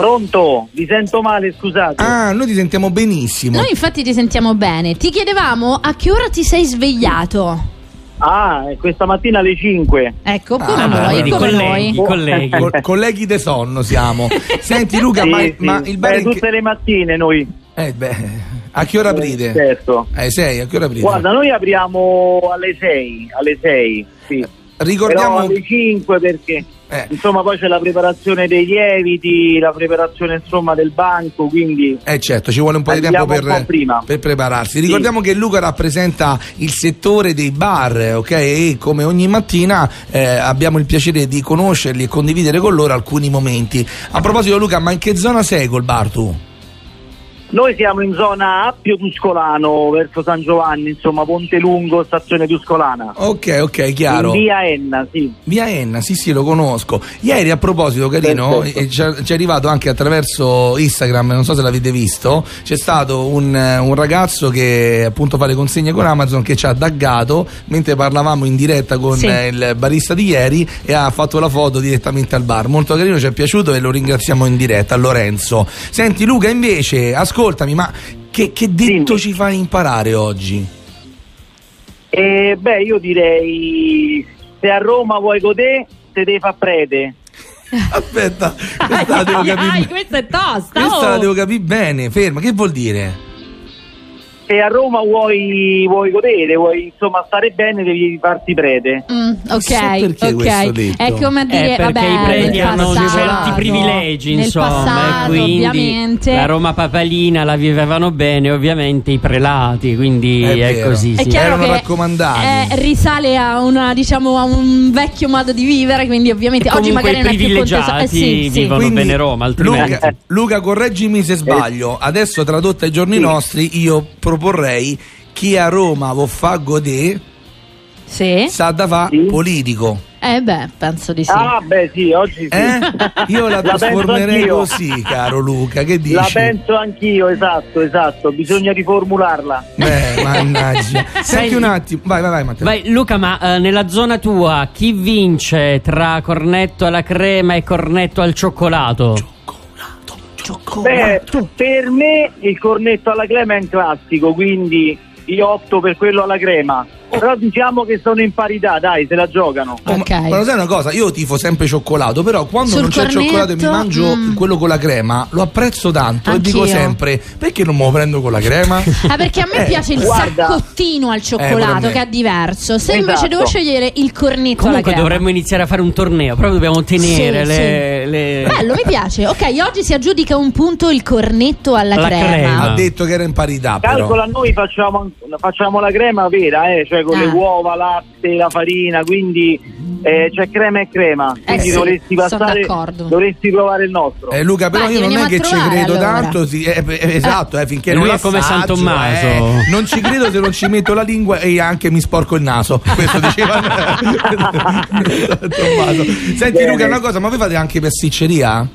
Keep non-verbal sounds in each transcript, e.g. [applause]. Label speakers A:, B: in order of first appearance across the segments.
A: Pronto? Vi sento male, scusate.
B: Ah, noi ti sentiamo benissimo.
C: Noi infatti ti sentiamo bene. Ti chiedevamo a che ora ti sei svegliato.
A: Ah, è questa mattina alle 5.
C: Ecco, come
B: Ah,
C: noi,
B: vedi,
C: come
D: colleghi,
C: noi.
D: colleghi.
B: Col- colleghi de sonno siamo. Senti Luca,
A: Sì,
B: ma,
A: sì.
B: ma il bar
A: Eh,
B: in che-
A: tutte le mattine noi.
B: eh, beh, a che ora aprite?
A: Certo.
B: Eh, sei, a che ora aprite?
A: Guarda, noi apriamo alle 6, alle 6, sì.
B: Ricordiamo
A: Però alle 5 perché
B: Eh.
A: insomma poi c'è la preparazione dei lieviti, la preparazione insomma del banco, quindi
B: Eh certo, ci vuole un po' di tempo
A: Andiamo
B: per,
A: un po' prima.
B: per prepararsi. Ricordiamo che Luca rappresenta il settore dei bar, ok? E come ogni mattina eh, abbiamo il piacere di conoscerli e condividere con loro alcuni momenti. A proposito Luca, ma in che zona sei col bar tu?
A: noi siamo in zona Appio Tuscolano verso San Giovanni, insomma Ponte Lungo, stazione Tuscolana.
B: Ok, ok, chiaro.
A: In via Enna, sì.
B: Via Enna, sì sì, lo conosco. Ieri a proposito, carino,
A: Perfetto.
B: eh, ci è ci è arrivato anche attraverso Instagram, non so se l'avete visto, c'è stato un, eh, un ragazzo che appunto fa le consegne con Amazon che ci ha daggato mentre parlavamo in diretta con
C: Sì.
B: eh, il barista di ieri e ha fatto la foto direttamente al bar. Molto carino, ci è piaciuto e lo ringraziamo in diretta, Lorenzo. Senti Luca, invece, ascoltami, ma che, che detto
A: Dimmi.
B: ci fai imparare
C: [laughs]
B: oggi?
A: E beh, io direi se a Roma vuoi godere, se devi fa prete.
B: Aspetta,
C: Ai,
B: questa la
D: Ah,
B: devo
C: ai,
B: capire.
C: ai, questa Ah, è tosta.
B: Questa la
C: oh.
B: devo capire bene, ferma, che vuol dire?
A: Se a Roma vuoi, vuoi godere, vuoi insomma stare bene, devi farti prete.
C: Mm,
B: Chissà
C: ok,
B: perché questo
C: ok.
B: detto.
C: È come a dire,
D: Eh, perché
C: vabbè,
D: i preti
C: nel
D: hanno
C: passato,
D: certi privilegi,
C: nel
D: insomma,
C: passato,
D: e quindi
C: ovviamente.
D: la Roma papalina la vivevano bene, ovviamente i prelati, quindi
B: È
D: è,
B: vero.
D: così.
C: È
D: sì.
C: chiaro
B: Erano
C: che,
B: raccomandati.
C: eh, risale a, una, diciamo, a un vecchio modo di vivere, quindi ovviamente
D: E
C: oggi
D: comunque
C: magari
D: i
C: non è più contesa- eh,
D: privilegiati
C: sì, sì.
D: vivono- Vanno bene Roma, altrimenti.
B: Luca, Luca, correggimi se sbaglio. Adesso tradotta ai giorni
A: Sì.
B: nostri, io proporrei chi a Roma vo fa godè
C: Sì.
B: sa da fa
A: Sì.
B: politico.
C: Eh beh, penso di sì.
A: Ah, beh, sì, oggi sì. [laughs]
B: Eh? Io la
A: penso
B: trasformerei
A: anch'io.
B: così, caro Luca. Che dici?
A: La penso anch'io, esatto, esatto. Bisogna riformularla.
B: Beh,
D: [laughs]
B: mannaggia. Senti
D: Senti-
B: un attimo. Vai, vai, vai, Matteo.
D: Vai, Luca, ma eh, nella zona tua chi vince tra cornetto alla crema e cornetto al cioccolato?
B: Cioccolato, cioccolato.
A: Beh, per me il cornetto alla crema è un classico, quindi io opto per quello alla crema. Però diciamo che sono in parità, dai, se la giocano.
B: Oh, ma-
C: Ok.
B: ma, lo sai una cosa? Io tifo sempre cioccolato, però quando
C: Sul
B: non c'è
C: cornetto,
B: cioccolato e mi mangio
C: mm.
B: quello con la crema, lo apprezzo tanto
C: Anch'io.
B: e dico sempre: perché non me lo prendo con la
C: [laughs]
B: crema?
C: Ah, perché a me
B: Eh,
C: piace il
A: guarda.
C: saccottino al
B: Eh, pure a
C: cioccolato,
B: me.
C: che è diverso. Se invece
A: Esatto.
C: devo scegliere il cornetto
D: Comunque
C: alla crema.
D: dovremmo iniziare a fare un torneo, però dobbiamo tenere
C: Sì,
D: le... le-
C: Bello, mi piace. Ok, oggi si aggiudica un punto il cornetto alla
D: Alla
C: crema.
D: crema.
B: Ha detto che era in parità, però.
A: Calcola, noi facciamo, facciamo la crema vera, eh, cioè con
C: Ah.
A: le uova, latte, la farina, quindi eh, c'è crema e crema. Quindi
C: Eh sì,
A: dovresti
C: son
A: passare,
C: d'accordo.
A: dovresti provare il nostro.
B: Eh, Luca, però
C: Vai,
B: io
C: ti
B: non è
C: veniamo
B: che
C: a
B: ci
C: trovare,
B: credo
C: allora.
B: tanto. sì, eh, eh, esatto, eh, finché
D: Lui
B: non
D: è come San
B: assaggio,
D: Tommaso.
B: eh, non ci credo se non ci metto la lingua e anche mi sporco il naso. Questo diceva [laughs] San Tommaso. Senti,
A: Bene.
B: Luca, una cosa, ma voi fate anche pasticceria?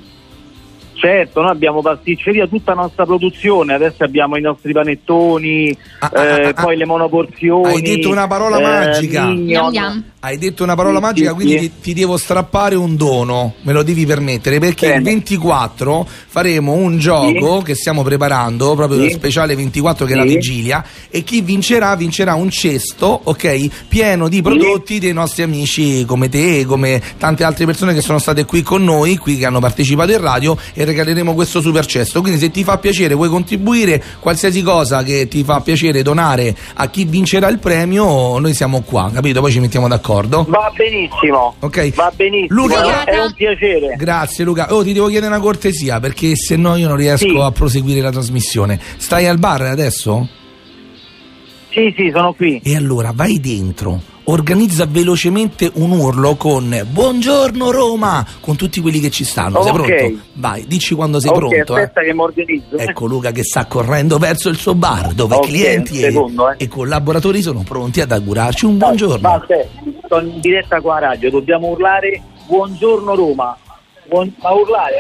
A: Certo, noi abbiamo pasticceria, tutta la nostra produzione, adesso abbiamo i nostri panettoni,
B: Ah,
A: eh,
B: ah, ah, ah.
A: poi le monoporzioni. eh,
B: Hai detto una parola magica.
C: Yum,
A: mignon.
C: yum.
B: Hai detto una parola
A: Sì,
B: magica,
A: sì,
B: quindi
A: sì.
B: Ti, ti devo strappare un dono, me lo devi permettere, perché il
A: Bene.
B: 24 faremo un gioco che stiamo preparando, proprio
A: Sì.
B: speciale 24 che è la
A: Sì.
B: vigilia, e chi vincerà vincerà un cesto, ok, pieno di prodotti dei nostri amici come te, come tante altre persone che sono state qui con noi, qui che hanno partecipato in radio e regaleremo questo super cesto. Quindi se ti fa piacere, vuoi contribuire, qualsiasi cosa che ti fa piacere donare a chi vincerà il premio, noi siamo qua, capito? Poi ci mettiamo d'accordo.
A: Va benissimo,
B: Ok.
A: va benissimo,
B: Luca-
A: è un piacere.
B: Grazie Luca. Oh, ti devo chiedere una cortesia perché se no io non riesco
A: Sì.
B: a proseguire la trasmissione. Stai al bar adesso?
A: Sì, sì, sono qui.
B: E allora vai dentro, organizza velocemente un urlo con Buongiorno Roma con tutti quelli che ci stanno.
A: Ok.
B: Sei pronto? Vai, dici quando sei
A: ok,
B: pronto. eh.
A: aspetta che mi organizzo. eh.
B: Ecco Luca che sta correndo verso il suo bar dove
A: Ok,
B: clienti
A: un
B: e,
A: secondo, eh.
B: e collaboratori sono pronti ad augurarci un
A: Ma
B: buongiorno.
A: aspetta, sono in diretta qua a radio, dobbiamo urlare buongiorno Roma. Buon- ma urlare,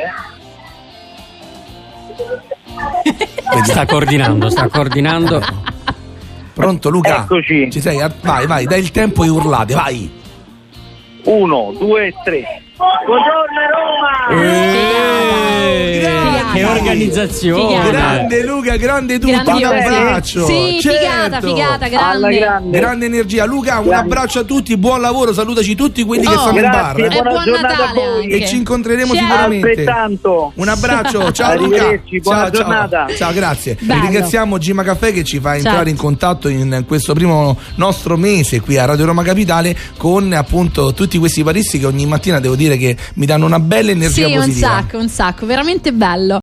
A: eh?
D: Sta coordinando, sta coordinando.
C: [laughs]
B: Pronto Luca?
A: Eccoci.
B: Ci sei? Ah, Vai, vai, dai il tempo e urlate, vai.
A: Uno, due, tre. Buongiorno Roma!
D: Eh,
B: Grande,
C: figata.
D: Che organizzazione.
C: Figata.
B: Grande Luca, grande tu,
C: Grande
B: un
C: Luca.
B: abbraccio.
C: Sì, figata,
B: Certo.
C: figata,
A: Alla
C: grande.
A: grande.
B: Grande energia, Luca. Un
A: Grande.
B: abbraccio a tutti, buon lavoro, salutaci tutti quelli che
C: Oh.
B: stanno
A: Grazie,
B: in bar.
C: E
A: buona
C: buon
A: giornata
C: Natale
A: a voi.
C: anche.
B: E ci incontreremo
C: Ciao.
B: sicuramente.
A: Altrettanto. [laughs]
B: Un abbraccio, ciao Luca.
A: Arrivederci, buona
B: Ciao, ciao.
A: giornata.
B: Ciao, grazie.
C: Bello. Certo.
B: Ringraziamo Gima Caffè che ci fa entrare in contatto in questo primo nostro mese qui a Radio Roma Capitale con appunto tutti questi paristi che ogni mattina devo dire che mi danno una bella
C: Sì,
B: energia
C: un
B: positiva.
C: sacco, un sacco, veramente bello.